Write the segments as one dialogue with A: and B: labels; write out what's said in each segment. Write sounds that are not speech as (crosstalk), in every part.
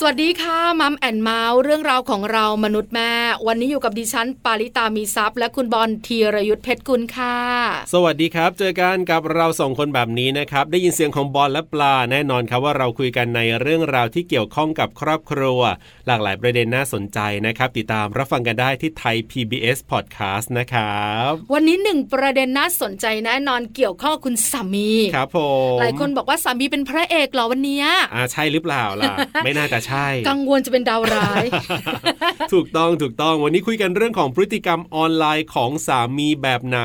A: สวัสดีค่ะมัมแอนเมาส์เรื่องราวของเรามนุษย์แม่ วันนี้อยู่กับดิฉัน ปาริตามีซัพย์ และคุณบอลธีรยุทธเพชรกุลค่ะ
B: สวัสดีครับ เจอกันกับเราสองคนแบบนี้นะครับ ได้ยินเสียงของบอลและปลาแน่นอนครับว่าเราคุยกันในเรื่องราวที่เกี่ยวข้องกับครอบครัว หลากหลายประเด็นน่าสนใจนะครับ ติดตามรับฟังกันได้ที่ไทย PBS Podcast นะครับ
A: วันนี้หนึ่งประเด็นน่าสนใจแน่นอนเกี่ยวข้องกับคุณสามี
B: ครับผม
A: หลายคนบอกว่าสามีเป็นพระเอกเหรอวันเนี้ย
B: อ่าใช่หรือเปล่า
A: (laughs)
B: ล่ะ ไม่น่าจะใช่
A: กังวลจะเป็นดาวร้าย
B: (laughs) ถูกต้องถูกต้องวันนี้คุยกันเรื่องของพฤติกรรมออนไลน์ของสามีแบบไหน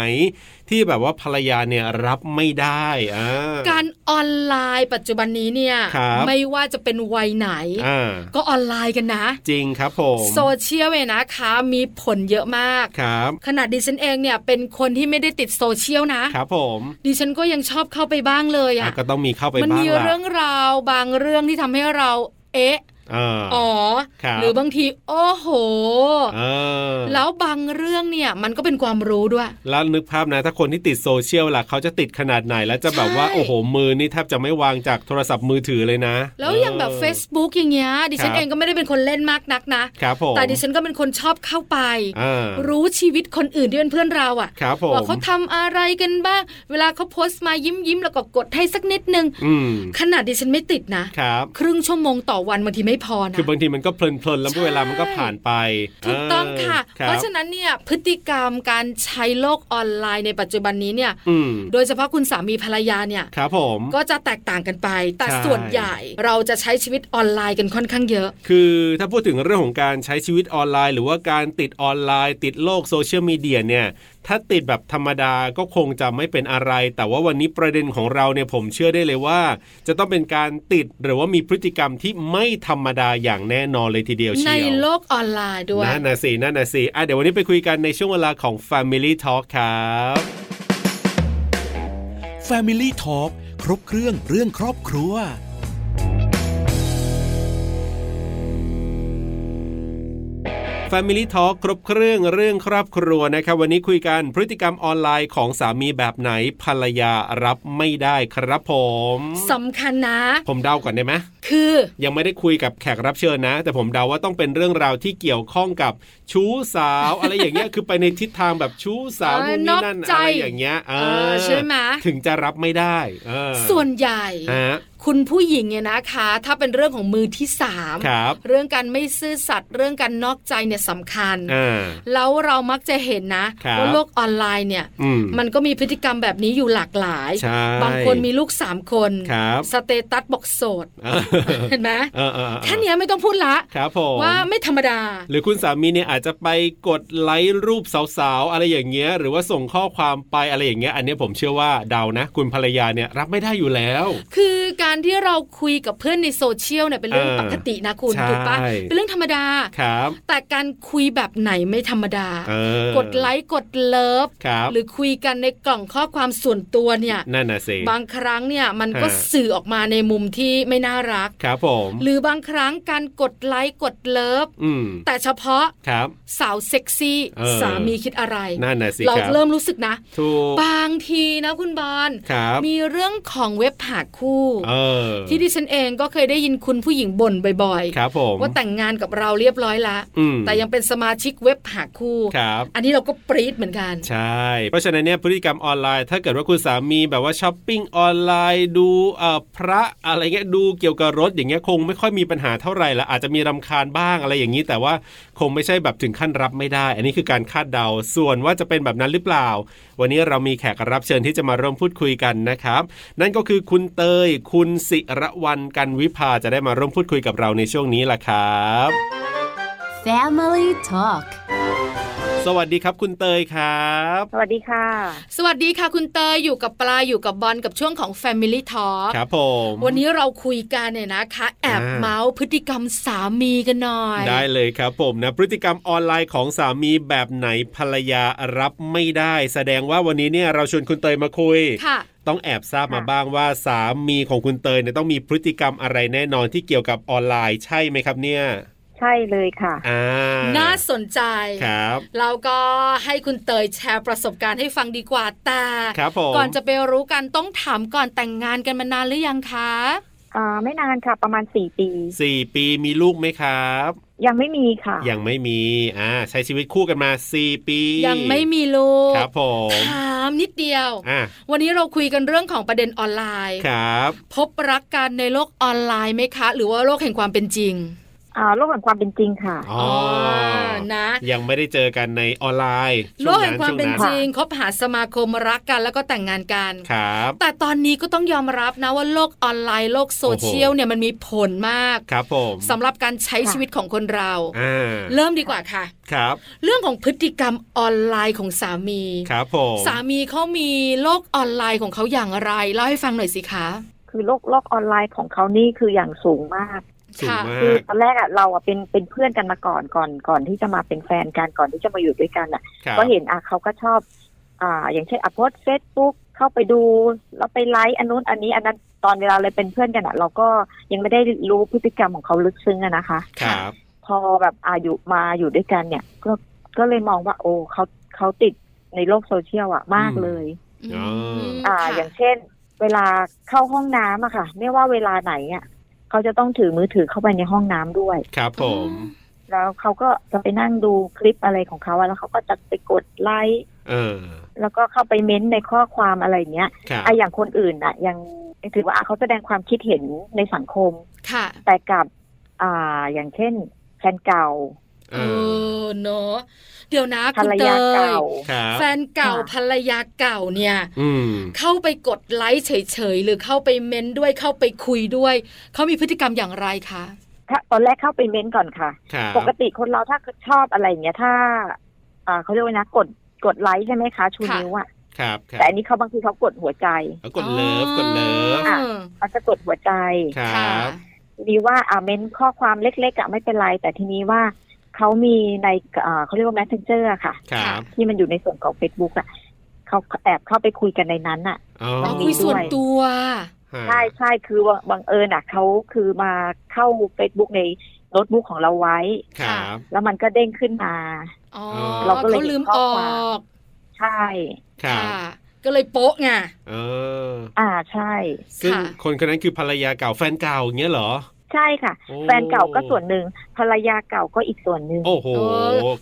B: ที่แบบว่าภรรยาเนี่ยรับไม่ได้อ่า
A: การออนไลน์ปัจจุบันนี้เนี่ย
B: ครับ
A: ไม่ว่าจะเป็นวัยไหน
B: อ่า
A: ก็ออนไลน์กันนะ
B: จริงครับผม
A: โซเชียลเนี่ยนะคะมีผลเยอะมาก
B: ครับ
A: ขนาดดิฉันเองเนี่ยเป็นคนที่ไม่ได้ติดโซเชียลนะ
B: ครับผม
A: ดิฉันก็ยังชอบเข้าไปบ้างเลย
B: อ่ะ
A: อะ
B: ก็ต้องมีเข้าไป
A: มั
B: บ้าง
A: มี
B: ล่ะ
A: เรื่องราวบางเรื่องที่ทำให้เรา เอ๊ะ
B: เอออ
A: อ๋อ
B: ครับ
A: หรือบางที โอ้โห
B: เออ
A: แล้วบางเรื่องเนี่ย มันก็เป็นความรู้ด้วย
B: แล้วนึกภาพนะถ้าคนที่ติดโซเชียลล่ะเขาจะติดขนาดไหน แล้วจะแบบว่า
A: ใช่
B: โอ้โหมือนี่แทบจะไม่วางจากโทรศัพท์มือถือเลยนะ
A: แล้วอย่างแบบ Facebook อย่างเงี้ย ดิฉัน
B: ครับ
A: เองก็ไม่ได้เป็นคนเล่นมากนักนะ
B: ครับผม
A: แต่ดิฉันก็เป็นคนชอบเข้าไป
B: อ่า
A: รู้ชีวิตคนอื่นที่เป็นเพื่อนเราอะ
B: ครับผม
A: ว่าเขาทำอะไรกันบ้าง เวลาเขาโพสต์มายิ้มยิ้มๆแล้วก็กดให้สักนิดนึง
B: อืม
A: ขนาดดิฉันไม่ติดนะ
B: ครับ
A: ครึ่งชั่วโมงต่อวันบางทีไม่พอนะ
B: คือบางทีมันก็เพลินๆแล้ว
A: ใช่
B: เวลามันก็ผ่านไป
A: ถูกต้องค่ะ
B: ออครับ
A: เพราะฉะนั้นเนี่ยพฤติกรรมการใช้โลกออนไลน์ในปัจจุบันนี้เนี่ย
B: อืม
A: โดยเฉพาะคุณสามีภรรยาเนี่ย
B: ครับผม
A: ก็จะแตกต่างกันไป แต่
B: ใช่
A: ส่วนใหญ่เราจะใช้ชีวิตออนไลน์กันค่อนข้างเยอะ
B: คือถ้าพูดถึงเรื่องของการใช้ชีวิตออนไลน์ หรือว่าการติดออนไลน์ ติดโลกโซเชียลมีเดียเนี่ย ถ้าติดแบบธรรมดาก็คงจะไม่เป็นอะไร แต่ว่าวันนี้ประเด็นของเราเนี่ยผมเชื่อได้เลยว่า จะต้องเป็นการติดหรือว่ามีพฤติกรรมที่ไม่ธรรมดาอย่างแน่นอนเลยทีเดียวเชียว
A: ในโลกออนไลน์ด้วย
B: นั่นนะสินั่นนะสิอ่ะเดี๋ยววันนี้ไปคุยกันในช่วงเวลาของ Family Talk ครับ
C: Family Talk ครบเครื่องเรื่องครอบครัว
B: Family Talk ครบเครื่องเรื่องครอบครัวนะครับ วันนี้คุยกันพฤติกรรมออนไลน์ของสามีแบบไหนภรรยารับไม่ได้ครับผม
A: สำคัญนะ
B: ผมเดาก่อนได้ไหม
A: คือ
B: ยังไม่ได้คุยกับแขกรับเชิญนะ แต่ผมเดาว่าต้องเป็นเรื่องราวที่เกี่ยวข้องกับชู้สาว อะไรอย่างเงี้ยคือไปในทิศทางแบบชู้สาว
A: เออ
B: นู่นนี่นั่น
A: นอกใจ
B: อะไรอย่างเงี้ยเอ
A: เอ
B: อ
A: อใช่ไหม
B: ถึงจะรับไม่ได้เออ
A: ส่วนใหญ่
B: ฮะ
A: คุณผู้หญิงเนี่ยนะคะ ถ้าเป็นเรื่องของมือที่สาม
B: ครับ
A: เรื่องการไม่ซื่อสัตย์เรื่องการนอกใจเนี่ยสำคัญ
B: อ่า
A: แล้วเรามักจะเห็นนะครับ ว่าโลกออนไลน์เนี่ย
B: อืม
A: มันก็มีพฤติกรรมแบบนี้อยู่หลากหลาย
B: ใช่
A: บางคนมีลูกสามคน
B: ครับ
A: สเตตัสบอกโสด
B: เออ
A: เห็นไหม
B: เออเออเออ
A: แค่เนี้ยไม่ต้องพูดละ
B: ครับผม
A: ว่าไม่ธรรมดา
B: (laughs) หรือคุณสามีเนี่ยอาจจะไปกดไลค์รูปสาวๆ อะไรอย่างเงี้ยหรือว่าส่งข้อความไปอะไรอย่างเงี้ยอันเนี้ยผมเชื่อว่าเดานะ คุณภรรยาเนี่ยรับไม่ได้อยู่แล้ว
A: คือการที่เราคุยกับเพื่อนในโซเชียลเนี่ยเป็นเรื่อง
B: เออ
A: ปกตินะคุณ
B: ใช่
A: ถูกปะเป็นเรื่องธรรมดา
B: ครับ
A: แต่การคุยแบบไหนไม่ธรรมดา
B: เออก
A: ดไลค์กดเลิฟ
B: ครับ
A: หรือคุยกันในกล่องข้อความส่วนตัวเนี่ย
B: นั่นน่ะสิ
A: บางครั้งเนี่ยมันก็
B: ฮะ
A: สื่อออกมาในมุมที่ไม่น่ารัก
B: ครับผม
A: หรือบางครั้งการกดไลค์กดเลิฟ
B: อืม
A: แต่เฉพาะ
B: ครับ
A: สาวเซ็กซี่
B: เออ
A: สามีคิดอะไร
B: นั่นน่ะสิ
A: เรา
B: ครับ
A: เริ่มรู้สึกนะ
B: ถูก
A: บางทีนะคุณบอล
B: ครับ
A: มีเรื่องของเว็บหาคู่
B: เออ
A: ที่ดิฉันเองก็เคยได้ยินคุณผู้หญิงบ่นบ่อย
B: ครับผม
A: ๆ ว่าแต่งงานกับเราเรียบร้อยละ
B: อืม
A: แต่ยังเป็นสมาชิกเว็บหาคู่
B: ครับ
A: อันนี้เราก็ปรี๊ดเหมือนกัน
B: ใช่ เพราะฉะนั้นเนี่ยพฤติกรรมออนไลน์ถ้าเกิดว่าคุณสามีแบบว่าช้อปปิ้งออนไลน์ดูเอ่อพระอะไรเงี้ยดูเกี่ยวกับรถอย่างเงี้ยคงไม่ค่อยมีปัญหาเท่าไหร่ละอาจจะมีรำคาญบ้างอะไรอย่างนี้ แต่ว่าคงไม่ใช่แบบถึงขั้นรับไม่ได้ อันนี้คือการคาดเดาส่วนว่าจะเป็นแบบนั้นหรือเปล่า วันนี้เรามีแขกรับเชิญที่จะมาร่วมพูดคุยกันนะครับ นั่นก็คือคุณเตย คุณสิระวันกันวิภาจะได้มาร่วมพูดคุยกับเราในช่วงนี้ล่ะครับ
D: Family Talk
B: สวัสดีครับคุณเตยครับ
E: สวัสดีค่ะ
A: สวัสดีค่ะคุณเตยอยู่กับปลาอยู่กับบอลกับช่วงของ Family Talk
B: ครับผม
A: วันนี้เราคุยกันเนี่ยนะคะ แอบ
B: อ่า
A: เมาส์พฤติกรรมสามีกันหน่อย
B: ได้เลยครับผมนะพฤติกรรมออนไลน์ของสามีแบบไหนภรรยารับไม่ได้ แสดงว่าวันนี้เนี่ยเราชวนคุณเตยมาคุย
A: ค่ะ
B: ต้องแอบทราบมา
E: ค่ะ
B: บ้างว่าสามีของคุณเตยเนี่ยต้องมีพฤติกรรมอะไรแน่นอนที่เกี่ยวกับออนไลน์ใช่ไหมครับเนี่ย
E: ใช่เลยค่ะ
B: อ่า
A: น่าสนใจ
B: ครับ
A: เราก็ให้คุณเตยแชร์ประสบการณ์ให้ฟังดีกว่าแต่
B: ครับผม
A: ก่อนจะไปรู้กันต้องถามก่อนแต่งงานกันมานานหรือยังคะ
E: อ่า ไม่นานค่ะประมาณสี่ปี
B: สี่ปีมีลูกไหมครับ
E: ยังไม่มีค่ะ
B: ยังไม่มีอ่าใช้ชีวิตคู่กันมาสี่ปี
A: ยังไม่มีลูก
B: ครับผม
A: ถามนิดเดียว
B: อ่ะ
A: วันนี้เราคุยกันเรื่องของประเด็นออนไลน์
B: ครับ
A: พบรักกันในโลกออนไลน์ไหมคะ หรือว่าโลกแห่งความเป็นจริง
E: อ่าโลกแห่งความเป็นจริงค่ะ
B: อ๋อ
A: นะ
B: ยังไม่ได้เจอกันในออนไลน์
A: โลกแห่งความเป็น
B: ช่
A: จ
B: ว
A: ริงคบหาสมาคมรักกันแล้วก็แต่งงานกัน
B: ครับ
A: แต่ตอนนี้ก็ต้องยอมรับนะว่าโลกออนไลน์โลกโซเชียลเนี่ยมันมีผลมาก
B: ครับผม
A: สำหรับการใช้
E: ค่ะ
A: ชีวิตของคนเรา
B: อ่า
A: เริ่มดีกว่าค่ะ
B: ครับ
A: เรื่องของพฤติกรรมออนไลน์ของสามี
B: ครับผม
A: สามีเขามีโลกออนไลน์ของเขาอย่างไรเล่าให้ฟังหน่อยสิคะ
E: คือโลกโลกออนไลน์ของเขานี่คืออย่างสูงมาก
B: สูง
A: ค่ะ
B: มา
E: คือก ตอนแรกอ่ะเราอ่ะเป็นเป็นเพื่อนกันมาก่อนก่อนก่อนที่จะมาเป็นแฟนกันก่อนที่จะมาอยู่ด้วยกันอ่ะ
B: ครับ
E: ก็เห็นอ่ะเขาก็ชอบ อ่า อย่างเช่นอัพโพสเฟซบุ๊กเข้าไปดูแล้วไปไลค์อันนู้นอันนี้อันนั้นตอนเวลาเลยเป็นเพื่อนกันอ่ะ เราก็ยังไม่ได้รู้พฤติกรรมของเขาลึกซึ้งอะนะคะ
B: ครับ
E: พอแบบอายุมาอยู่ด้วยกันเนี่ย ก็ก็เลยมองว่า โอ้เขาเขาติดในโลกโซเชียลอะมากเลย
A: ม
E: อ่า
A: ค่ะ
E: อย่างเช่น เวลาเข้าห้องน้ำอะค่ะ ไม่ว่าเวลาไหนอะเขาจะต้องถือมือถือเข้าไปในห้องน้ำด้วย
B: ครับผม
E: แล้วเขาก็จะไปนั่งดูคลิปอะไรของเขาอะแล้วเขาก็จะไปกดไลค์
B: เออ
E: แล้วก็เข้าไปเม้นต์ในข้อความอะไรอย่างเงี้ย
B: ครับ
E: ไอะอย่างคนอื่นอะยังถือว่าอ่ะเขาแสดงความคิดเห็นในสังคม
A: ค่ะ
E: แต่กับอ่าอย่างเช่นแฟนเก่า
B: เอ
A: เออ
B: อ
A: เนอะเดี๋ยวนะ
E: ภร
A: คุณ
E: ร
A: เต
E: ยาย เก่า
B: ครับ
A: แฟนเก่า
E: ค่ะ
A: ภรรยาเก่าเนี่ย
B: อืม
A: เข้าไปกดไลค์เฉยๆหรือเข้าไปเม้นด้วยเข้าไปคุยด้วย เขามีพฤติกรรมอย่างไรคะ
E: ถ้าตอนแรกเข้าไปเม้นต์ก่อนค่ะ
B: ครับ
E: ปกติคนเราถ้าชอบอะไรอย่างเงี้ยถ้าอ่าเขาเรียกว่านะกดกดไลค์ใช่ไหมคะชู
A: ค่ะ
E: นิ้วอะ
B: ครับครั
E: แต่
B: บ
E: อันนี้เขาบางทีเขากดหัวใจ
B: แล้วกดเลิฟกดเลิฟ
A: อ่า
E: เขาจะกดหัวใจ
B: คร
A: ค่ะ
B: ับ
E: ดีว่าอ่าเม้นต์ข้อความเล็กๆอะไม่เป็นไร แต่ทีนี้ว่าเขามีในอ่าเขาเรียกว่า messenger อะค่ะ
B: ครับ
E: ที่มันอยู่ในส่วนของ Facebook อ่ะเขาแอบเข้าไปคุยกันในนั้นอ่ะ
B: อ๋อ
A: อ๋อคุยส่วนตัว
B: ฮะ
E: ใช่ใช่คือว่าบังเอิญอ่ะเขาคือมาเข้า Facebook ในโน้ตบุ๊กของเราไว้
B: ครับ
E: แล้วมันก็เด้งขึ้นมา
A: อ๋อ
B: เราก็เลย
A: เขาลืมออก
E: ใช่
B: ครับ
A: ค่ะ ก็เลยโป๊ะไง
B: เออ
E: อ่าใช่
B: ซึ่ง
A: ค่ะ
B: คนคนนั้นคือภรรยาเก่าแฟนเก่าอย่างเงี้ยเหรอ
E: ใช่ค่ะ
B: โอ้
E: แฟนเก่าก็ส่วนหนึ่งภรรยาเก่าก็อีกส่วนหนึ่ง
B: โอ้โห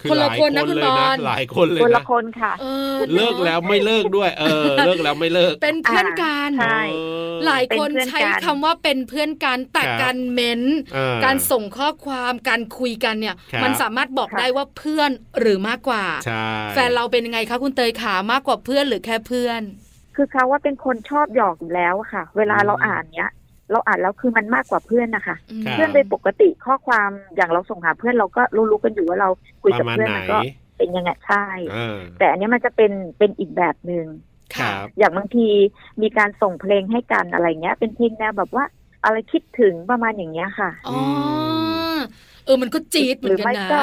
B: คือ
A: คน
B: ห
A: ละ
B: ลาย
A: ค
B: คน น
A: นะคุณ
B: เล
A: บ
B: ย
A: อ
B: นะ
A: ล
B: หลายคนเลย
E: คน
B: นะ
E: ละคนค่ะ
A: เออ
B: เลิกแล้วไม่เลิกด้วย เออ เลิกแล้วไม่เลิก
A: เป็นเพื่อนกัน
E: ใช่
B: เออ
A: หลายคน
E: เป็นเพื่อนกัน
A: ใช้คำว่าเป็นเพื่อนกันแต่
B: ครับ
A: การเม้น
B: เออ
A: การส่งข้อความการคุยกันเนี่ย
B: ครับ
A: มันสามารถบอก
E: ค่ะ
A: ได้ว่าเพื่อนหรือมากกว่า
B: ใช่
A: แฟนเราเป็นยังไงคะคุณเตยขามากกว่าเพื่อนหรือแค่เพื่อน
E: คือเขาว่าเป็นคนชอบหยอกอยู่แล้วค่ะ เวลาเราอ่านเนี้ย เราอ่านแล้วคือมันมากกว่าเพื่อนนะคะ
B: า
E: เพื่อนโดยปกติข้อความอย่างเราส่งหาเพื่อนเราก็รู้ๆกันอยู่ว่าเราคุย
B: ป
E: กับ
B: ระมาณ
E: เพื่อน
B: ไหน
E: มันก็เป็นยังไงใช่
B: เออ
E: แต่อันเนี้ยมันจะเป็นเป็นอีกแบบหนึง่ง
B: ค
A: ค่ะ
B: รับ
E: อย่างบางทีมีการส่งเพลงให้กันอะไรเงี้ย เป็นเพลงแนวแบบว่าอะไรคิดถึงประมาณอย่างเงี้ยค่ะ
A: อ๋ออเออมันก็จี๊ดเหมือ
E: หรื
A: นกัน
E: ไม่
A: นะ
E: ก็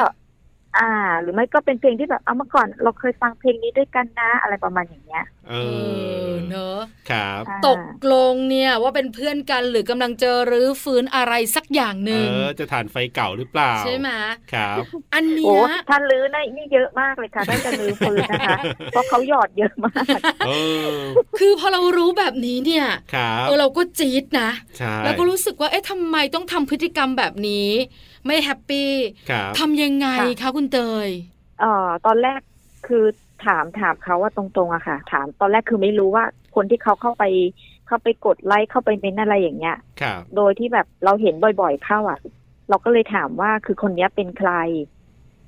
E: อ่า หรือไม่ก็เป็นเพลงที่แบบเอามาก่อน เราเคยฟังเพลงนี้ด้วยกันนะ อะไรประมาณอย่างเงี้ย
B: เอ
A: เอ
B: อ
A: อเนอะ
B: ครับ
E: อ่า
A: ตกลงเนี่ยว่าเป็นเพื่อนกันหรือกำลังเจอรื้อฟื้นอะไรสักอย่างห
B: เอ
A: นึ่ง
B: อ จะฐานไฟเก่าหรือเปล่า
A: ใช่ไหม
B: ครับ
A: (laughs) อัน
E: โอ้
A: เนี้ย
E: ท่านลื้อนะนี่เยอะมากเลยค่ะท่านจะลื้อปืนนะคะ
A: (laughs)
E: เพราะเขาหยอดเยอะมาก
B: เออ
A: คือพอเรารู้แบบนี้เนี่ย
B: ครับ
A: เออเราก็จี๊ดนะ
B: ใช่
A: แล้วก็รู้สึกว่าเอ๊ะทำไมต้องทำพฤติกรรมแบบนี้ ไม่แฮปปี้
B: ครับ
A: ทำยังไง
E: ค่ะ
A: คะคุณเตย
E: เอ่อตอนแรกคือถามถามเขาว่าตรงๆอะค่ะ ถามตอนแรกคือไม่รู้ว่าคนที่เขาเข้าไป เข้าไปกดไลค์เข้าไปเม้นอะไรอย่างเงี้ย
B: ครับ
E: โดยที่แบบเราเห็นบ่อยๆเข้าอ่ะ เราก็เลยถามว่าคือคนเนี้ยเป็นใคร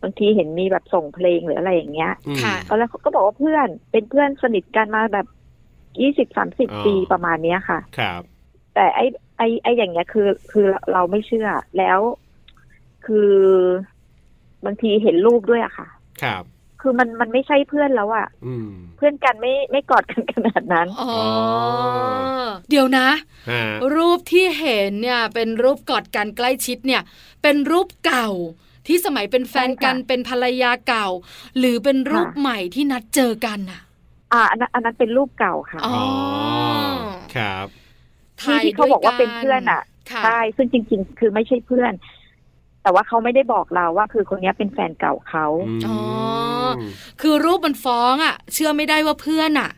E: บางทีเห็นมีแบบส่งเพลงหรืออะไรอย่างเงี้ย
B: อืม
A: ค่ะ
E: ตอนแรกเขาก็บอกว่าเพื่อนเป็นเพื่อนสนิทกันมาแบบยี่สิบสามสิบ
B: อ๋อ
E: ปีประมาณเนี้ยค่ะ
B: ครับ
E: แต่ไอ้ไอ้ไอ้อย่างเงี้ยคือคือเราไม่เชื่อแล้ว คือบางทีเห็นรูปด้วยอะค่ะ
B: ครับ
E: คือมันมันไม่ใช่เพื่อนแล้วอะ
B: อืม
E: เพื่อนกันไม่ไม่กอดกันขนาดนั้น
A: อ๋อ
B: อ๋อ
A: เดี๋ยวนะ
B: ฮะ
A: รูปที่เห็นเนี่ยเป็นรูปกอดกันใกล้ชิดเนี่ย เป็นรูปเก่าที่สมัยเป็นแฟนกัน
E: ใช่ค่ะ
A: เป็นภรรยาเก่า หรือเป็นรูป
E: ค่ะ
A: ใหม่ที่นัดเจอกันน่ะ
E: อ่าอันนั้นอันนั้นเป็นรูปเก่าค่ะ
A: อ๋อ
B: ครับ
E: ที่ที่เขาบอกว่าเป็นเพื่อนน่ะ
A: ค่ะ
E: ใช่ซึ่งจริง ๆ คือไม่ใช่เพื่อน แต่ว่าเขาไม่ได้บอกเราว่าคือคนเนี้ยเป็นแฟนเก่าเขา
B: ม
A: อ๋อ คือรูปมันฟ้องอะ่ะ เชื่อไม่ได้ว่าเพื่อนอะ่ะ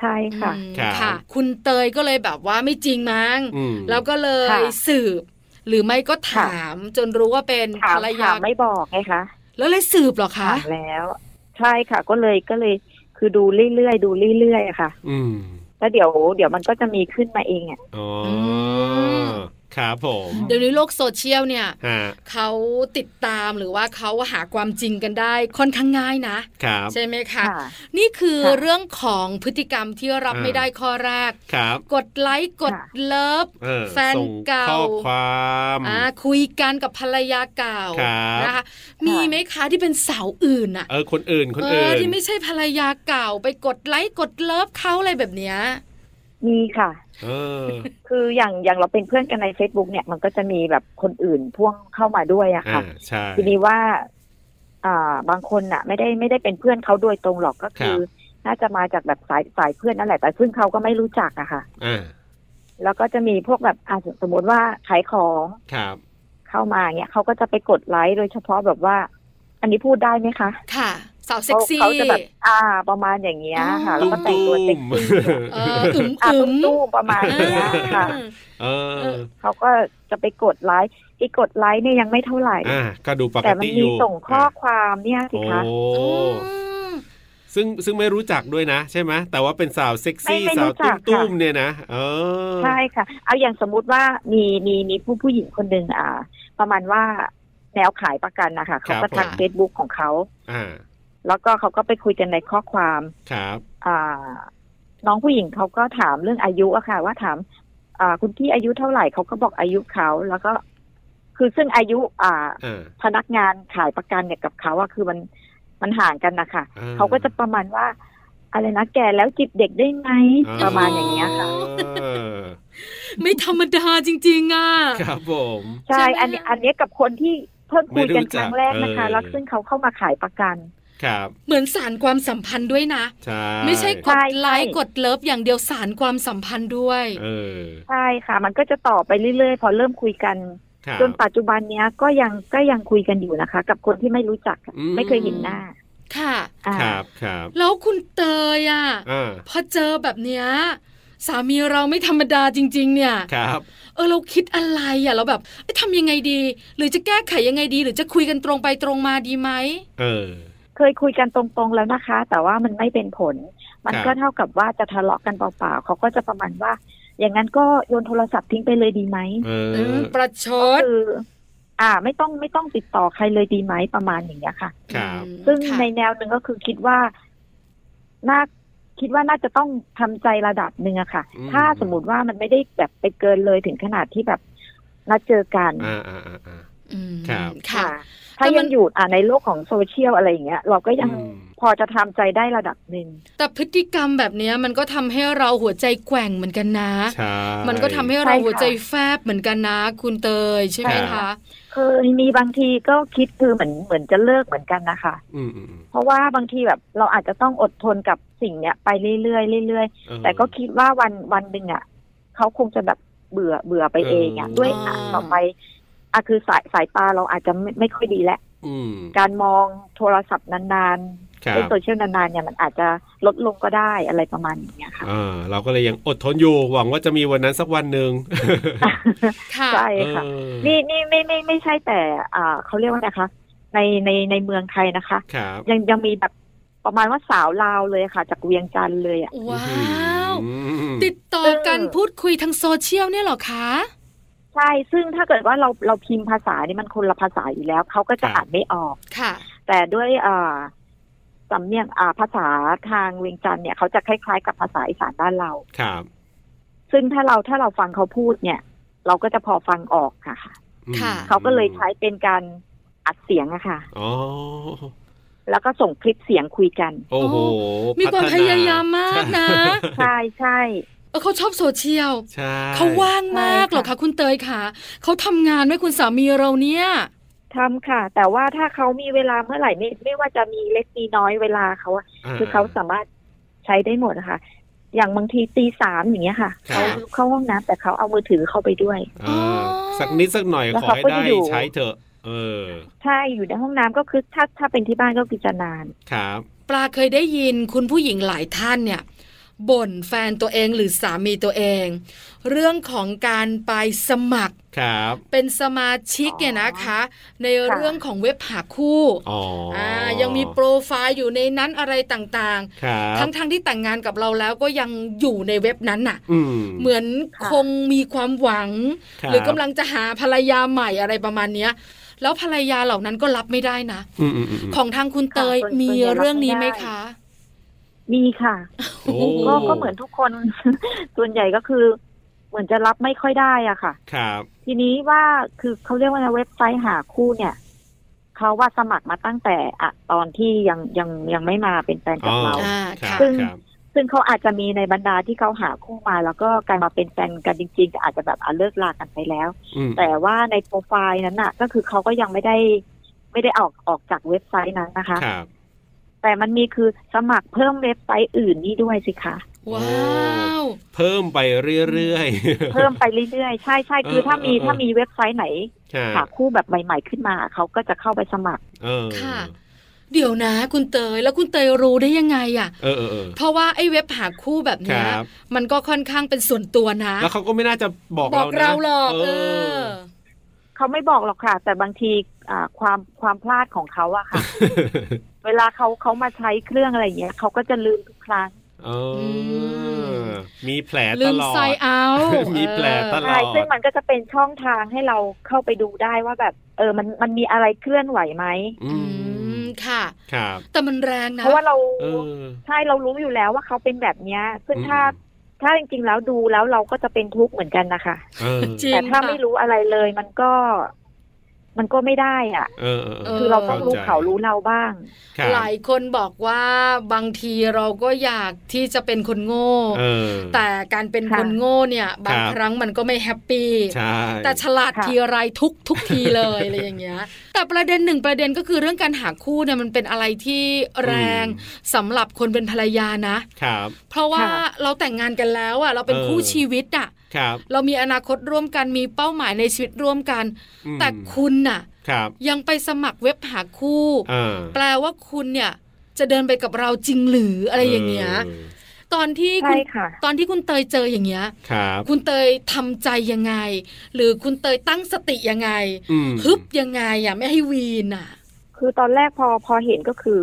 E: ใช่ค่ะ
A: อืม
B: ครับ
A: ค่ะ คุณเตยก็เลยแบบว่าไม่จริงมั้ง
B: อืม
A: แล้วก็เลย
E: ค่ะ
A: สืบ หรือไม่ก็ถ
E: ค่ะ
A: าม จนรู้ว่าเป็น
E: ถาม
A: ภรรยา
E: ถามไม่บอกไงคะ
A: แล้วเลยสืบเหรอคะ
E: ถามแล้ว ใช่ค่ะ ก็เลยก็เลยคือดูเรื่อยๆดูเรื่อยๆอะค่ะ
B: อืม
E: แล้วเดี๋ยวเดี๋ยวมันก็จะมีขึ้นมาเองอ่ะ
B: อ๋ออครับผม
A: เดี๋ยวนี้โลกโซเชียลเนี่ย
B: ฮะ
A: เขาติดตามหรือว่าเขาหาความจริงกันได้ค่อนข้างง่ายนะ
B: ครับ
A: ใช่ไหมคะ นี่คือ
E: ค่ะ
A: เรื่องของพฤติกรรมที่รับ
B: อ่า
A: ไม่ได้ข้อแรก
B: ครับ
A: กดไลค์กด
E: ค่ะ
A: เลิฟ
B: เออ
A: แฟน
B: ส่ง
A: เก่า
B: ข้อความ
A: อ่าคุยกันกับภรรยาเก่า
B: ครับ
A: นะคะมีไหมคะที่เป็นสาวอื่นอะ
B: เออคนอื่นคน
A: เอ
B: อื่
A: อน ที่ไม่ใช่ภรรยาเก่า ไปกดไลค์กดเลิฟเขาอะไรแบบเนี้ย
E: มีค่ะ
B: เออ
E: คืออย่างอย่างเราเป็นเพื่อนกันใน Facebook เนี่ยมันก็จะมีแบบคนอื่นพ่วงเข้ามาด้วยอะ
B: อ่า
E: ค่ะ
B: ใช่
E: ทีนี้ว่า อ่า บางคนน่ะ ไม่ได้ไม่ได้เป็นเพื่อนเขาโดยตรงหรอกก็คือ
B: ครับ
E: น่าจะมาจากแบบสายสายเพื่อนนั่นแหละแต่ซึ่งเขาก็ไม่รู้จักอะค่ะ
B: อ่า
E: แล้วก็จะมีพวกแบบอ่าสมมติว่าขายของ
B: ครับ
E: เข้ามาเนี่ยเขาก็จะไปกดไลค์โดยเฉพาะแบบว่า อันนี้พูดได้ไหมคะ
A: ค่ะ สาวเซ็ก
E: เขา
A: ซี่
E: เขาจะแบบ อ่า ประมาณอย่างเงี้ยค่ะ แล้ว
B: ตุ้ม
E: ก็แต่ง
B: ตุ้
E: ตัวเซ็ก
B: ม
E: ซี่
A: เอออึม
E: อ่า
A: อึม
E: ตู้มๆประมาณ
A: อ่า
E: เนี้ยค่ะ
B: เออ
E: เขาก็จะไปกดไลค์ไอ้กดไลค์เนี่ยยังไม่เท่าไหร่
B: อ่าก็ดูปก
E: แต่มัน
B: ติอ
E: มี
B: ยู่
E: ส่งข้อความเนี่ยสิ
B: โอ้
E: คะ
B: ซึ่งซึ่งไม่รู้จักด้วยนะ ใช่ไหมแต่ว่าเป็นสาวเซ็กซี่
E: ไม่ไม่
B: สา
E: รู้
B: ว
E: จั
B: ตุ้
E: ก
B: มตุ้ม
E: ค่ะ
B: เนี่ยนะเออ
E: ใช่ค่ะ เอาอย่างสมมุติว่ามีมีมีผู้ผู้หญิงคนหนึ่งอ่า ประมาณว่าแนวขายประกันนะคะเขาก็ทัก
A: ผม
E: เฟซบุ๊กของเขา
B: อ่า
E: แล้วก็เขาก็ไปคุยกันในข้อความ
B: ครับ
E: อ่า น้องผู้หญิงเขาก็ถามเรื่องอายุอะค่ะ ว่าถาม อ่า คุณพี่อายุเท่าไหร่เขาก็บอกอายุเขาแล้วก็ คือซึ่งอายุ อ่า
B: อ่า
E: พนักงานขายประกันเนี่ยกับเขาอะคือมันมันห่างกันนะคะ
B: อ่า
E: เขาก็จะประมาณว่า อะไรนะแก่แล้วจิบเด็กได้ไหมประมาณอย่างเงี้ยค่ะ
B: เออ
A: (laughs) ไม่ธรรมดาจริงๆอ่ะ
B: ครับผม
E: ใช่
A: ใช่ไหม
E: อันนี้อันนี้กับคนที่เพิ่งคุยกัน
B: ไม่รู้
E: ค
B: จัก
E: รั้งแรกนะคะ
B: เออ
E: แล้วซึ่งเขาเข้ามาขายประกัน
B: ครับ
A: เหมือนสารความสัมพันธ์ด้วยนะ
B: ใช่
A: ไม่ใช่ก
E: ใช่
A: ด
E: ใช่
A: ไลค์กดเลิฟอย่างเดียวสารความสัมพันธ์ด้วย
B: เออ
E: ใช่ค่ะ มันก็จะต่อไปเรื่อยๆ พอเริ่มคุยกัน
B: ครับ
E: จนปัจจุบันเนี้ยก็ยังก็ยังคุยกันอยู่นะคะ กับคนที่ไม่รู้จักอะ
B: อืม
E: ไม่เคยเห็นหน้า
A: ค่ะ
E: อ่า
B: ครับครับ
A: แล้วคุณเตยอ่ะ
B: อ่า
A: พอเจอแบบเนี้ยสามีเราไม่ธรรมดาจริง ๆ เนี่ย
B: ครับ
A: เออเราคิดอะไรอ่ะเราแบบเอ้ยทำยังไงดี หรือจะแก้ไขยังไงดี หรือจะคุยกันตรงไปตรงมาดีไหม
B: เออ
E: เคยคุยกันตรงๆแล้วนะคะ แต่ว่ามันไม่เป็นผล มัน
B: ค
E: ก็
B: รับ
E: เท่ากับว่าจะทะเลาะกันเปล่าๆเขาก็จะประมาณว่า อย่างนั้นก็โยนโทรศัพท์ทิ้งไปเลยดีไหม
B: เอ
A: อื
B: อ
A: มประชด
E: คือ อ่า ไม่ต้องไม่ต้องติดต่อใครเลยดีไหมประมาณอย่างเงี้ยค่ะ
B: ครับ
A: อืม
E: ซึ่ง
A: ค่ะ
E: ในแนวหนึ่งก็คือคิดว่าน่าคิดว่าน่าจะต้องทำใจระดับหนึ่งอะค่ะ ถ้าสมมติว่ามันไม่ได้แบบไปเกินเลยถึงขนาดที่แบบนัดเจอกัน
B: อ่าอ่าอ่าอ่า
A: อืม
B: ครับ
A: ค่ะ
E: ถ้า
A: แต่มั
E: ยั
A: น
E: งอยู่อ่าในโลกของโซเชียลอะไรอย่างเงี้ย เราก็ยัง
B: อืม
E: พอจะทำใจได้ระดับหนึ่ง
A: แต่พฤติกรรมแบบเนี้ยมันก็ทำให้เราหัวใจแกว่งเหมือนกันนะ
B: ใช่
A: มันก็ทำให้เราหัวใจแฟบเหมือนกันนะ คุณเตยใช่ไหมคะ
E: เคยมีบางทีก็คิดคือเหมือนเหมือนจะเลิกเหมือนกันนะคะ
B: อืมอืมอืม
E: เพราะว่าบางทีแบบเราอาจจะต้องอดทนกับสิ่งเนี้ยไปเรื่อยๆเรื่อยๆ
B: เออ
E: แต่ก็คิดว่าวันวันหนึ่งอ่ะเขาคงจะแบบเบื่อเบื่อไปเองอ่ะ
B: เออ
E: ด้วย
A: อ่า
E: ต่อไปอ่ะคือสายสายตาเราอาจจะไม่ไม่ค่อยดีแล้ว
B: อืม
E: การมองโทรศัพท์นาน
B: ค
E: ๆ
B: รั
E: เล่น
B: บ
E: โซเชียลนานๆเนี่ยมันอาจจะลดลงก็ได้อะไรประมาณอย่างเงี้ยค่ะ
B: อ่าเราก็เลยยังอดทนอยู่หวังว่าจะมีวันนั้นสักวันหนึ่ง
A: ค่ะ
E: ใช่ค่ะ
B: เออ
E: นี่นี่ไม่ไม่ไม่ใช่แต่ อ่าเขาเรียกว่าไงคะในในในเมืองไทยนะคะ
B: ครับ
E: ยังยังมีแบบประมาณว่าสาวลาวเลยค่ะ จากเวียงจันทร์เลยอ่ะ
A: ว้าว
B: อืม
A: ติดต่อกัน
E: เออ
A: พูดคุยทางโซเชียลเนี่ยเหรอคะ
E: ใช่ซึ่งถ้าเกิดว่าเราเราพิมพ์ภาษานี่มันคนละภาษาอยู่แล้วเขาก็จะอ่านไม่ออก
A: ค่ะ
E: แต่ด้วยอ่าสำเนียงอ่าภาษาทางเวียงจันทร์เนี่ยเขาจะคล้ายๆ กับภาษาอีสานบ้านเรา
B: ครับ
E: ซึ่งถ้าเราถ้าเราฟังเขาพูดเนี่ย เราก็จะพอฟังออกค่ะ
B: อืม
A: ค่ะ
E: เขาก็เลยใช้เป็นการอัดเสียงอะค่ะ
B: อ๋อ
E: แล้วก็ส่งคลิปเสียงคุยกัน
B: โอ้โห
A: มีความ
B: พัฒน
A: พยายามมากนะ
E: ใช่ใช่
A: เออเขาชอบโซเชียล
B: ใช่
A: เขาว่างมาก
E: ใช่ค่ะ
A: เหรอคะคุณเตยค่ะเขาทำงานไหมคุณสามีเราเนี่ย
E: ทำค่ะ แต่ว่าถ้าเขามีเวลาเมื่อไหร่ไม่ไม่ว่าจะมีเล็กมีน้อยเวลาเขาอะคือเขาสามารถใช้ได้หมดนะคะจ อย่างบางทีตีสามอย่างเงี้ยค่ะ
B: ครั
E: เขา
B: บ
E: เข้าห้องน้ำแต่เขาเอามือถือเข้าไปด้วย
A: อ๋อ
B: สักนิดสักหน่อย
E: แล้ว
B: ขอ
E: เขา
B: ให้
E: ก็
B: ได้
E: จะอยู่
B: ใช้เถอะเออ
E: ใช่อยู่ในห้องน้ำก็คือถ้าถ้าเป็นที่บ้านก็คือจะนาน
B: ครับ
A: ปลาเคยได้ยินคุณผู้หญิงหลายท่านเนี่ยบ่นแฟนตัวเองหรือสามีตัวเอง เรื่องของการไปสมัคร
B: ครับ
A: เป็นสมาชิก
E: อ๋อ
A: เนี่ยนะคะ ใน
E: ค่ะ
A: เรื่องของเว็บหาคู่
B: อ๋ออ่
A: ายังมีโปรไฟล์อยู่ในนั้นอะไรต่าง
B: ครับ
A: ๆ ทั้งๆทที่แต่งงานกับเราแล้วก็ยังอยู่ในเว็บนั้นน่ะ
B: อืม
A: เหมือนคงมีความหวัง
B: คบ
A: หรือกำลังจะหาภรรยาใหม่อะไรประมาณเนี้ย แล้วภรรยาเหล่านั้นก็รับไม่ได้นะ
B: อืมอืมอืมอืม
A: ของทางคุณเตย
E: ค่ะส่วนส่วน
A: มี
E: ใหญ่รับ
A: เรื่องนี้ไห
E: ไม่
A: ม
E: ได้
A: คะ
E: มีค่ะ
B: โอ้
E: ก็ก็เหมือนทุกคน (laughs) ส่วนใหญ่ก็คือ เหมือนจะรับไม่ค่อยได้อ่ะค่ะ
B: ครับ
E: ทีนี้ว่าคือเขาเรียกว่าอะไรเว็บไซต์หาคู่เนี่ยเขาว่าสมัครมาตั้งแต่อะตอนที่ยังยังยังไม่มาเป็นแฟนกั
B: อ๋
E: บ
B: อ
E: เรา
A: อ่า
B: ครั
A: ค่ะ
B: บ
E: ซึ่ง
B: ครับ
E: ซึ่งเขาอาจจะมีในบรรดาที่เขาหาคู่มา แล้วก็การมาเป็นแฟนกันจริงๆก็อาจจะแบบอ่ะเลิกลากันไปแล้ว
B: อืม
E: แต่ว่าในโปรไฟล์นั้นน่ะ ก็คือเขาก็ยังไม่ได้ไม่ได้ออกออกจากเว็บไซต์นั้นนะคะ
B: ครับ
E: แต่มันมีคือสมัครเพิ่มเว็บไซต์อื่นนี่ด้วยสิ
B: (laughs)
E: คะ
A: ว้าว
B: เพิ่มไปเรื่อยๆ
E: เพิ่มไปเรื่อยๆ ใช่ใช่คือถ้ามี
B: เออเออ
E: ถ้ามีเว็บไซต์ไหน
B: ค่ะ
E: หาคู่แบบใหม่ ๆ ขึ้นมาเขาก็จะเข้าไปสมัคร
B: เออ
A: ค่ะ เดี๋ยวนะ คุณเตยแล้วคุณเตยรู้ได้ยังไงอ่ะ
B: เออเออเออ
A: เพราะว่าไอ้เว็บหาคู่แบบเนี้ย
B: ครับ
A: มันก็ค่อนข้างเป็นส่วนตัวนะ
B: แล้วเขาก็ไม่น่าจะบอก
A: บอก
B: นะ
A: เราหรอกเออ
E: เขาไม่บอกหรอกค่ะ แต่บางทีอ่าความความพลาดของเขา
B: (laughs)
E: อะค่ะ เวลาเขาเขามาใช้เครื่องอะไรอย่างเงี้ยเขาก็จะลืมทุกครั้ง
B: เอออ
A: ม
B: มีแผล
A: ลื
B: ต
A: ม
B: ลอด
A: ใส่เอา
B: มี
A: เออ
B: แผลตลอด
E: ใช่ ซึ่งมันก็จะเป็นช่องทางให้เราเข้าไปดูได้ว่าแบบ เออ มันมันมีอะไรเคลื่อนไหวไหม
B: อื
A: อื
B: ม
A: มค่ะ
B: ครับ
A: แต่มันแรงนะ
E: เพราะว่าเรา
B: เออ
E: ใช่เรารู้อยู่แล้วว่าเขาเป็นแบบเนี้ย ซึ่ง
B: อืม
E: ถ้าถ้าจริงๆแล้วดูแล้วเราก็จะเป็นทุกข์เหมือนกันนะคะ
B: เออ
A: จริง
E: แต่ถ้า
A: ค่ะ
E: ไม่รู้อะไรเลยมันก็ มันก็ไม่ได้อ่ะ
B: เออเออเอ
E: คือ อเราต้องรู้
B: ใจ
E: เขารู้เราบ้าง
B: ครับ
A: หลายคนบอกว่าบางทีเราก็อยากที่จะเป็นคนโง่
B: เออ
A: แต่การเป็นคน
E: ค่ะ
A: โง่เนี่ย บาง
B: ครับ
A: ครั้งมันก็ไม่แฮปปี้
B: ใช่
A: แต่ฉลาด
E: ค่ะ
A: ทีไรทุกทุกทีเลยอะไรอย่างเงี้ย แต่ประเด็นหนึ่งประเด็นก็คือเรื่องการหาคู่เนี่ยมันเป็นอะไรที่แรง
B: อื
A: สำหรับคนเป็นภรรยานะ
B: ครับ
A: เพราะว่า
E: ค่ะ
A: เราแต่งงานกันแล้วอ่ะเราเป็น
B: เออ
A: คู่ชีวิตอ่ะ
B: ครับ
A: เรามีอนาคตร่วมกันมีเป้าหมายในชีวิตร่วมกัน
B: อืม
A: แต่คุณน่ะ
B: ครับ
A: ยังไปสมัครเว็บหาคู่
B: อ่า
A: แปลว่าคุณเนี่ยจะเดินไปกับเราจริงหรืออะไรอย่างเงี้ย
B: ออ
A: ตอนที่คุ
E: ใช่
A: ณ
E: ค่ะ
A: ตอนที่คุณเตยเจออย่างเงี้ย
B: ครับ
A: คุณเตยทำใจยังไง หรือคุณเตยตั้งสติยังไง
B: อืม
A: ฮึบยังไงอ่ะไม่ให้วีนอ่ะ
E: คือตอนแรกพอพอเห็นก็คือ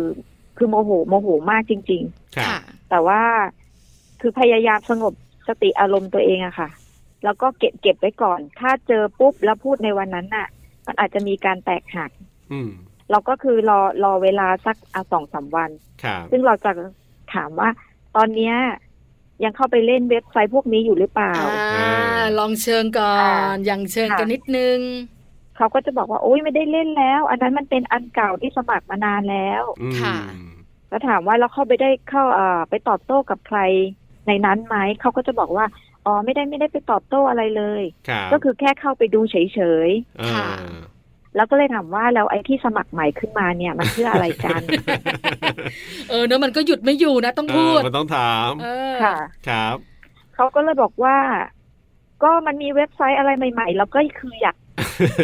E: คือโมโหโมโหมากจริง
B: ครับ
E: ๆ แต่ว่าคือพยายามสงบสติอารมณ์ตัวเองอะค่ะ แล้วก็เก็บเก็บไว้ก่อน ถ้าเจอปุ๊บแล้วพูดในวันนั้นน่ะ มันอาจจะมีการแตกหัก
B: อืม
E: เราก็คือรอรอเวลาสักสองสามวัน
B: ครับ
E: ซึ่งเราจะถามว่า ตอนเนี้ยยังเข้าไปเล่นเว็บไซต์พวกนี้อยู่หรือเปล่า
A: อ่าลองเชิงก่อน อย่างเชิงกันนิดนึง
E: เขาก็จะบอกว่าโอ๊ยไม่ได้เล่นแล้ว อันนั้นมันเป็นอันเก่าที่สมัครมานานแล้ว
B: อืม
A: ค่ะ
E: แล้วถามว่าแล้วเข้าไปได้เข้าเอ่อไปตอบโต้กับใครในนั้นไหมเขาก็จะบอกว่าอ๋อไม่ได้ไม่ได้ไปตอบโต้อะไรเลย
B: ครับ
E: ก็คือแค่เข้าไปดูเฉย
B: อ่า
A: ค่ะ
E: ๆแล้วก็เลยถามว่าแล้วไอ้ที่สมัครใหม่ขึ้นมาเนี่ยมันเพื่ออะไรกัน
B: (laughs)
A: เออเนอะมันก็หยุดไม่อยู่นะต้องพูด
B: เออมันต้องถาม
A: เออ
E: ค่ะ
B: ครับ
E: เขาก็เลยบอกว่า ก็มันมีเว็บไซต์อะไรใหม่ ๆ แล้วก็คืออยาก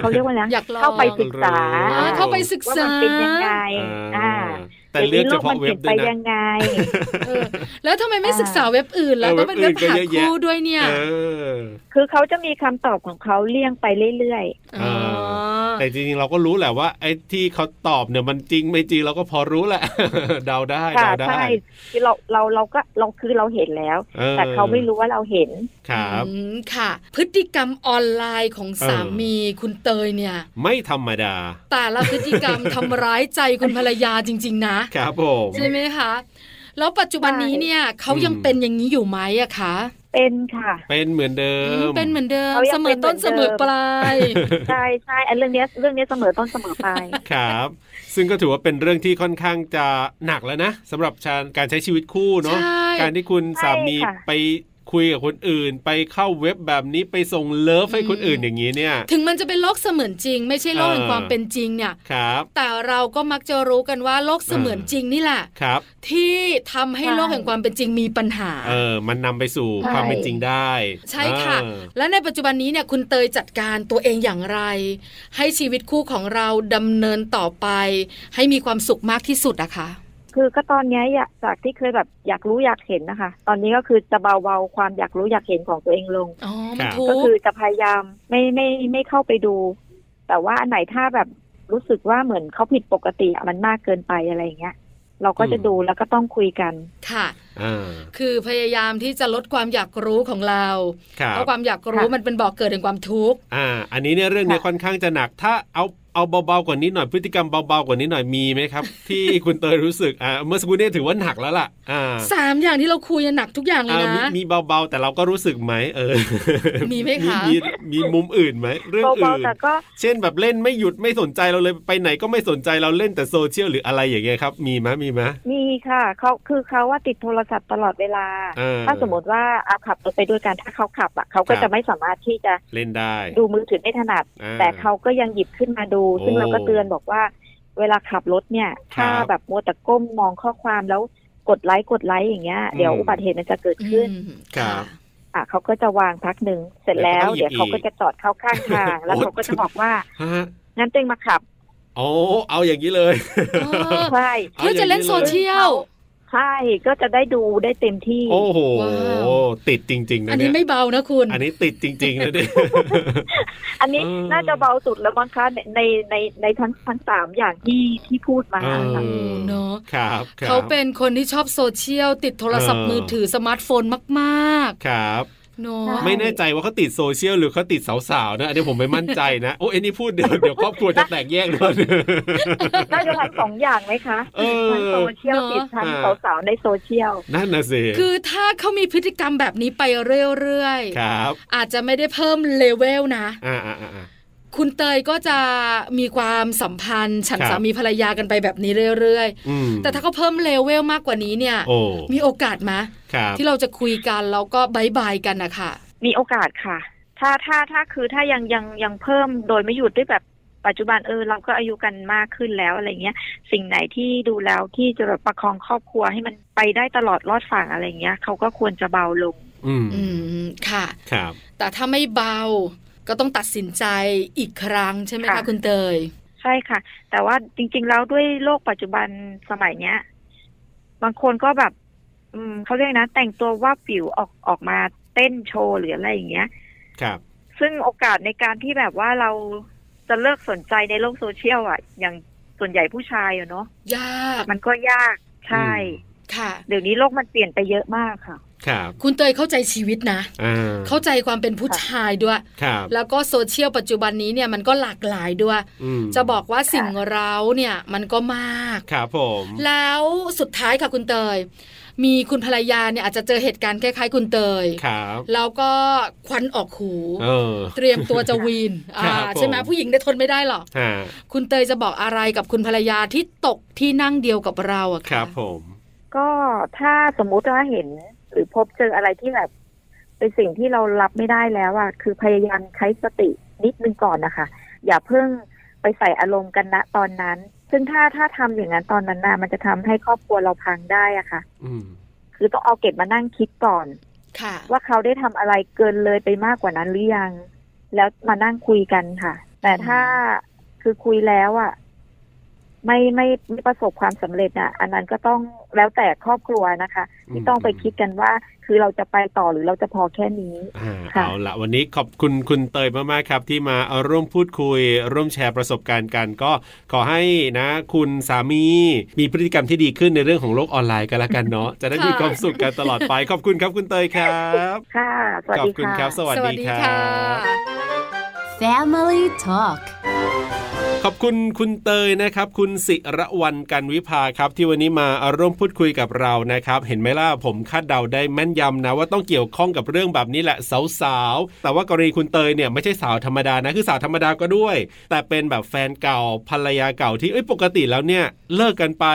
E: เขาเรียกว่าอะไรนะ
A: (laughs) อยากลอง
E: เข้าไปศึกษา
A: อ่าเข้าไปศึก
E: ว่า
A: ษา
E: มันเป็นยังไง
B: อ่า
E: อ่า
B: แต่เลือกเฉพาะเว็บด้วย
E: ดี๋ยนี้โลกมันปลี่ยนไป
B: นะ
E: ยัง
B: (laughs)
E: ไง
A: เออแล้วทำไมไม่ศึกษาเว็บอื่นแล้ว
B: เออ
A: ต้องเป็นเว็บ
B: เว็บ
A: หาน
B: อื่ก็เยอะแยะ
A: คู่ด้วยเนี่ย
B: เออ
E: คือเขาจะมีคำตอบของเขาเลี่ยงไปเรื่อย
B: เอออ๋
A: อ
B: แต่จริงๆเราก็รู้แหละว่าไอ้ที่เขาตอบเนี่ยมันจริงไม่จริงเราก็พอรู้แหละ (laughs) เดาได้
E: ๆค่ะ
B: เดาได้
E: ใช่คือเราเราเราก็เราคือเราเห็นแล้ว
B: ออ
E: แต่เขาไม่รู้ว่าเราเห็น
B: ครับ
A: อืมค่ะ พฤติกรรมออนไลน์ของสามีคุณเตยเนี่ย
B: ไม่ธรรมดา
A: แต่ละพฤติกรรม ทำร้ายใจคุณภรรยาจริง ๆ นะ
B: ครับผม
A: ใช่ไหมคะ แล้วปัจจุบันนี้เนี่ยเขายังเป็นอย่างนี้อยู่ไหมอะคะ
E: เป็นค่ะ
B: เป็นเหมือนเดิ
A: อื
B: ม
A: มเป็นเหมือนเดิม
E: เขายั
A: เสม
E: งเป็
A: อนต้น
E: เหมือน
A: เสม
E: เดิม
A: อปลาย
E: ใช่ใช่ไอ้เรื่องเนี้ยเรื่องเนี้ยเสมอต้นเสมอปลาย
B: ครับ ซึ่งก็ถือว่าเป็นเรื่องที่ค่อนข้างจะหนักแล้วนะสำหรับการใช้ชีวิตคู่เนาะ
A: ใช่
B: การที่คุณสามีไป คุยกับคนอื่น ไปเข้าเว็บแบบนี้ไปส่งเลิฟให้คนอื่นอย่างนี้เนี่ย
A: ถึงมันจะเป็นโลกเสมือนจริง ไม่ใช่โลกแห่ง
B: เออ
A: ความเป็นจริงเนี่ย
B: ครับ
A: แต่เราก็มักจะรู้กันว่าโลกเสมือนจริงนี่แหละ
B: ครับ
A: ที่ทำให้
E: ใช่
A: โลกแห่งความเป็นจริงมีปัญหา
B: เออ มันนำไปสู่
E: ใช่
B: ความเป็นจริงได้
A: ใช่ค่ะ
B: เออ
A: และในปัจจุบันนี้เนี่ยคุณเตยจัดการตัวเองอย่างไร ให้ชีวิตคู่ของเราดำเนินต่อไป ให้มีความสุขมากที่สุดอะคะ
E: คือก็ตอนเนี้ยอยากจากที่เคยแบบอยากรู้อยากเห็นนะคะ ตอนนี้ก็คือจะเบาๆความอยากรู้อยากเห็นของตัวเองลง
A: อ๋อ มันทุ
E: ก็
A: ก
E: คือ
A: ข์
E: จะพยายามไม่ไม่ไม่เข้าไปดู แต่ว่าอันไหนถ้าแบบรู้สึกว่าเหมือนเขาผิดปกติอะมันมากเกินไปอะไรอย่างเงี้ย เราก็จะดูแล้วก็ต้องคุยกัน
A: ค่ะ
B: อ่า
A: คือพยายามที่จะลดความอยากรู้ของเรา
B: ครั
A: เพ
B: บ
A: ราะความอยากรู้
E: ค่ะ
A: มันเป็นบ่อกเกิดแห่งความทุกข์
B: อ่า อันนี้เนี่ยเรื่องเนี้ย
E: ค่ะ
B: ค่อนข้างจะหนัก ถ้าเอาเอาเบาๆกว่านี้หน่อยพฤติกรรมเบาๆกว่านี้หน่อยมีไหมครับ ที่คุณเตยรู้สึกอ่าเมื่อสักครู่เนี่ยถือว่าหนักแล้วล่ะอ่า
A: สามอย่างที่เราคุยเนี่ยหนักทุกอย่างเลย
B: อ่า
A: นะ
B: มีมีเบาๆ แต่เราก็รู้สึกไหมเออ
A: มีไหมคะ
B: มีมีมุมอื่นไหมเรื่อง
E: เบา
B: อื่น
E: ๆแต่ก็
B: เช่นแบบเล่นไม่หยุดไม่สนใจเราเลยไปไหนก็ไม่สนใจเราเล่นแต่โซเชียลหรืออะไรอย่างเงี้ยครับ มีไหมมีไหม
E: มีค่ะเขาคือเขาว่าติดโทรศัพท์ตลอดเวลา
B: เออ
E: ถ้าสมมติว่าอาขับรถไปด้วยกันถ้าเขาขับอ่ะเขาก็
B: ครับ
E: จะไม่สามารถที่จะ
B: เล่นได้
E: ดูมือถือได้ถนัด
B: อ่า
E: แต่เขาก็ยังหยิบขึ้นมาดู ซึ่ง
B: โอ้
E: เราก็เตือนบอกว่า เวลาขับรถเนี่ย ถ้า
B: ครับ
E: แบบมัวแต่ก้มมองข้อความแล้วกดไลค์กดไลค์อย่างเงี้ย
B: อืม
E: เดี๋ยวอุบัติเหตุมันจะเกิดขึ้น
A: อืม
B: ครับ
E: อ่ะเขาก็จะวางพักหนึ่งเสร็จแล้ว
B: เดี๋
E: เดี๋
B: ย
E: ยว ว
B: เขา
E: เขา
B: ก็
E: ก็
B: หยิบอีก
E: จะจอดเข้าข้างทาง แล้ว
B: โอ้
E: เขาก็จะบอกว่า
B: ฮะ
E: งั้นเต็งมาขับ
B: โอ้เอาอย่างนี้เลย
A: เออ
E: ใช่
A: เพื่อจะเล่นโซเชียล
E: ใช่ก็จะได้ดูได้เต็มที่
B: โอ้โห
A: ว้าว
B: ติดจริง ๆ นะ
A: อัน
B: เนี่
A: นี้
B: ย
A: ไม่เบานะคุณ
B: อันนี้ติดจริงๆนะเนี่ย
E: อันนี้
B: เออ
E: น่าจะเบาสุดแล้วมั้งคะในในในในทั้งทั้งสามอย่างที่ที่พูดมา
B: เออ
E: ค่ะ
A: เนอะ
B: ครับครับ
A: เขาเป็นคนที่ชอบโซเชียล ติดโทรศัพท์
B: เออ
A: มือถือสมาร์ทโฟนมาก
B: ครับ
A: ๆเนาะ
E: ใช่
B: ไม่แน่ใจว่าเขาติดโซเชียลหรือเขาติดสาวๆนะอันนี้ผมไม่มั่นใจนะโอ้เอ็นนี่พูดเดี๋ยวเดี๋ยวครอบครัวจะแตกแยกเลย
E: น่าจะทั้งสองอย่างไหมคะ
B: เออ
E: ทั้งโซเชียลติดทั้ง
B: เออ
E: สาวๆในโซเชียล
B: นั่นนะสิ
A: คือถ้าเขามีพฤติกรรมแบบนี้ไปเรื่อย
B: ครับ
A: ๆ อาจจะไม่ได้เพิ่มเลเวลนะ
B: อ่าอ่าอ่าอ่า
A: คุณเตยก็จะมีความสัมพันธ์ ฉัน
B: ครับ
A: สามีภรรยากันไปแบบนี้เรื่อย
B: อืม
A: ๆ แต่ถ้าเขาเพิ่มเลเวลมากกว่านี้เนี่ย
B: โอ้
A: มีโอกาสไหม
B: ครับ
A: ที่เราจะคุยกันแล้วก็บายบายกันนะคะ
E: มีโอกาสค่ะ ถ้าถ้าถ้าคือถ้ายังยังยังเพิ่มโดยไม่หยุดด้วยแบบปัจจุบันเออเราก็อายุกันมากขึ้นแล้วอะไรเงี้ย สิ่งไหนที่ดูแล้วที่จะแบบประคองครอบครัวให้มันไปได้ตลอดรอดฝั่งอะไรเงี้ยเขาก็ควรจะเบาลง
B: อืม
A: อืมค่ะ
B: ครับ
A: แต่ถ้าไม่เบาก็ต้องตัดสินใจอีกครั้งใช่ไหมคะ
E: ค่ะ
A: คุณเตย
E: ใช่ค่ะ แต่ว่าจริง ๆ แล้วด้วยโลกปัจจุบันสมัยเนี้ย บางคนก็แบบ อืมเขาเรียกนะ แต่งตัวว่าบผิวออกออกมาเต้นโชว์หรืออะไรอย่างเงี้ย
B: ครับ
E: ซึ่งโอกาสในการที่แบบว่าเราจะเลิกสนใจในโลกโซเชียลอ่ะ อย่างส่วนใหญ่ผู้ชายอะเนาะ
A: ยาก
E: มันก็ยากใช่
B: อื
A: ค่ะ
E: เดี๋ยวนี้โลกมันเปลี่ยนไปเยอะมากค่ะ
B: ครับ
A: คุณเตยเข้าใจชีวิตนะ
B: อ่า
A: เข้าใจความเป็นผู้ชายด้วย
B: ครับ
A: แล้วก็โซเชียลปัจจุบันนี้เนี่ยมันก็หลากหลายด้วย
B: อืม
A: จะบอกว่าสิ่งเร้าเนี่ยมันก็มาก
B: ครับผม
A: แล้วสุดท้ายค่ะคุณเตย มีคุณภรรยาเนี่ยอาจจะเจอเหตุการณ์คล้ายๆคุณเตย
B: ครับ
A: แล้วก็ควันออกหู
B: เออ
A: เตรียมตัวจะวีนอ่า
B: ครับผม
A: ใช่ไหมผู้หญิงได้ทนไม่ได้หรอก
B: ฮะ
A: คุณเตยจะบอกอะไรกับคุณภรรยาที่ตกที่นั่งเดียวกับเราอะ
B: ครั
A: ค่ะ
B: บผม
E: ก็ถ้าสมมุติว่าเห็น หรือพบเจออะไรที่แบบ เป็นสิ่งที่เรารับไม่ได้แล้วอ่ะคือพยายามใช้สตินิดนึงก่อนนะคะ อย่าเพิ่งไปใส่อารมณ์กันณตอนนั้น ซึ่งถ้าถ้าทำอย่างนั้นตอนนั้นน่ะมันจะทำให้ครอบครัวเราพังได้อะค่ะ
B: อืม
E: คือต้องเอาเก็บมานั่งคิดก่อน
A: ค่ะ
E: ว่าเขาได้ทำอะไรเกินเลยไปมากกว่านั้นหรือยัง แล้วมานั่งคุยกันค่ะ แต่ถ้าคือคุยแล้วอะไม่ไม่ไม่ประสบความสำเร็จอะอันนั้นก็ต้องแล้วแต่ครอบครัวนะคะที่ต้องไปคิดกันว่า คือเราจะไปต่อหรือเราจะพอแค่นี้
B: อ่า
E: ค่ะ
B: เอาละวันนี้ขอบคุณคุณเตยมากๆครับ ที่มาเอาร่วมพูดคุย ร่วมแชร์ประสบการณ์กัน ก็ขอให้นะ คุณสามี มีพฤติกรรมที่ดีขึ้นในเรื่องของโลกออนไลน์กันละกันเนาะจะได้มี
A: ค่ะ
B: ความสุขกันตลอดไป ขอบคุณครับคุณเตยครับ
E: ค่ะ สวัส
B: ขอบ
E: ดี
B: คุณ
E: ค่ะ
B: ครับ สวัสดีครั
A: ค่ะ
B: บ
D: Family Talk
B: ขอบคุณคุณเตยนะครับ คุณสิระวันกันวิภาครับที่วันนี้มาร่วมพูดคุยกับเรานะครับ เห็นไหมล่ะผมคาดเดาได้แม่นยำนะ ว่าต้องเกี่ยวข้องกับเรื่องแบบนี้แหละสาวๆแต่ว่ากรณีคุณเตยเนี่ยไม่ใช่สาวธรรมดานะคือสาวธรรมดาก็ด้วย แต่เป็นแบบแฟนเก่าภรรยาเก่าที่เอ้ยปกติแล้วเนี่ยเลิกกันไป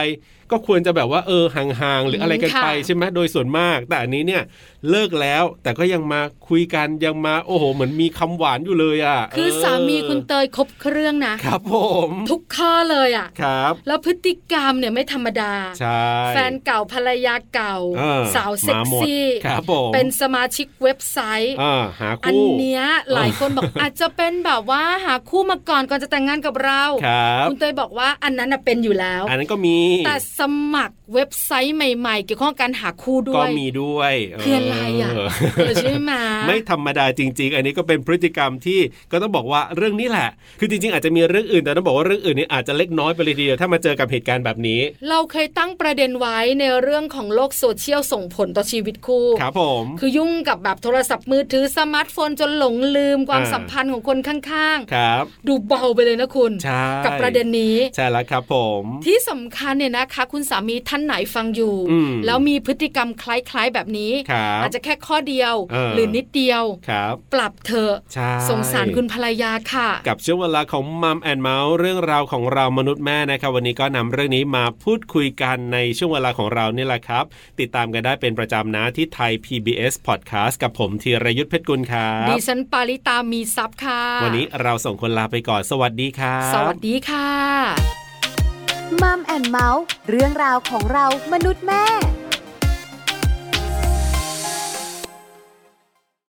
B: ก็ควรจะแบบว่าเออห่างๆหรืออะไรกันไป
A: ค่ะ
B: ใช่ไหมโดยส่วนมาก แต่อันนี้เนี่ยเลิกแล้ว แต่ก็ยังมาคุยกันยังมาโอ้โห เหมือนมีคำหวานอยู่เลยอ่ะ
A: คือ
B: เ
A: สามีคุณเตยครบเครื่องนะ
B: ครับผม
A: ทุกข้อเลยอ่ะ
B: ครับ
A: แล้วพฤติกรรมเนี่ยไม่ธรรมดา
B: ใช่
A: แฟนเก่าภรรยาเก่า
B: เออ
A: สาวเซ็ก
B: มาหมด
A: ซี่
B: ครับผม
A: เป็นสมาชิกเว็บไซต์
B: อ่าหา
A: อัน
B: คู่
A: เนี้ยหลายคนบอก
B: (laughs)
A: อาจจะเป็นแบบว่าหาคู่มาก่อนก่อนจะแต่งงานกับเรา
B: ครับ
A: ณเตยบอกว่าอันนั้นน่ะเป็นอยู่แล้ว
B: อันนั้นก็มี
A: แต่สมัครเว็บไซต์ใหม่ๆ เกี่ยวข้องกับการหาคู่ด้
B: ก็
A: วย
B: มีด้วยเ
A: คืออะไรอ่ะ
B: เ
A: เออใช่ไหม
B: ไม่ (laughs) ธรรมดาจริง ๆ อันนี้ก็เป็นพฤติกรรมที่ก็ต้องบอกว่าเรื่องนี้แหละ คือจริงๆ อาจจะมีเรื่องอื่นแต่ต้องบอกว่าเรื่องอื่นนี้อาจจะเล็กน้อยไปเลยทีเดียวถ้ามาเจอกับเหตุการณ์แบบนี้
A: เราเคยตั้งประเด็นไว้ในเรื่องของโลกโซเชียลส่งผลต่อชีวิตคู่
B: ครับผม
A: คือยุ่งกับแบบโทรศัพท์มือถือสมาร์ทโฟนจนหลงลืมความ
B: อ่า
A: สัมพันธ์ของคนข้าง
B: ครับ
A: ๆ ดูเบาไปเลยนะคุณ
B: ใช่
A: กับประเด็นนี้
B: ใช่แล้วครับผม
A: ที่สำคัญเนี่ยนะคะ คุณสามีท่านไหนฟังอยู่
B: อืม
A: แล้วมีพฤติกรรมคล้ายๆแบบนี้
B: ครับ
A: อาจจะแค่ข้อเดียว
B: เออ
A: หรือนิดเดียว
B: ครับ
A: ปรับเธอะ
B: ใช่
A: สงสารคุณภรรยาค่ะ
B: กับช่วงเวลาของมัมแอนเมาส์เรื่องราวของเรามนุษย์แม่นะครับ วันนี้ก็นำเรื่องนี้มาพูดคุยกันในช่วงเวลาของเรานี่แหละครับ ติดตามกันได้เป็นประจำนะที่ไทย PBS Podcast กับผมธีรยุทธเพชรกุลครับ
A: ดิฉันปาริตามีซับค่ะ
B: วันนี้เราส่งคนลาไปก่อน สวัสดีครับ
A: สวัสดีค่ะ
D: มัมแอนเมาส์เรื่องราวของเรามนุษย์แม่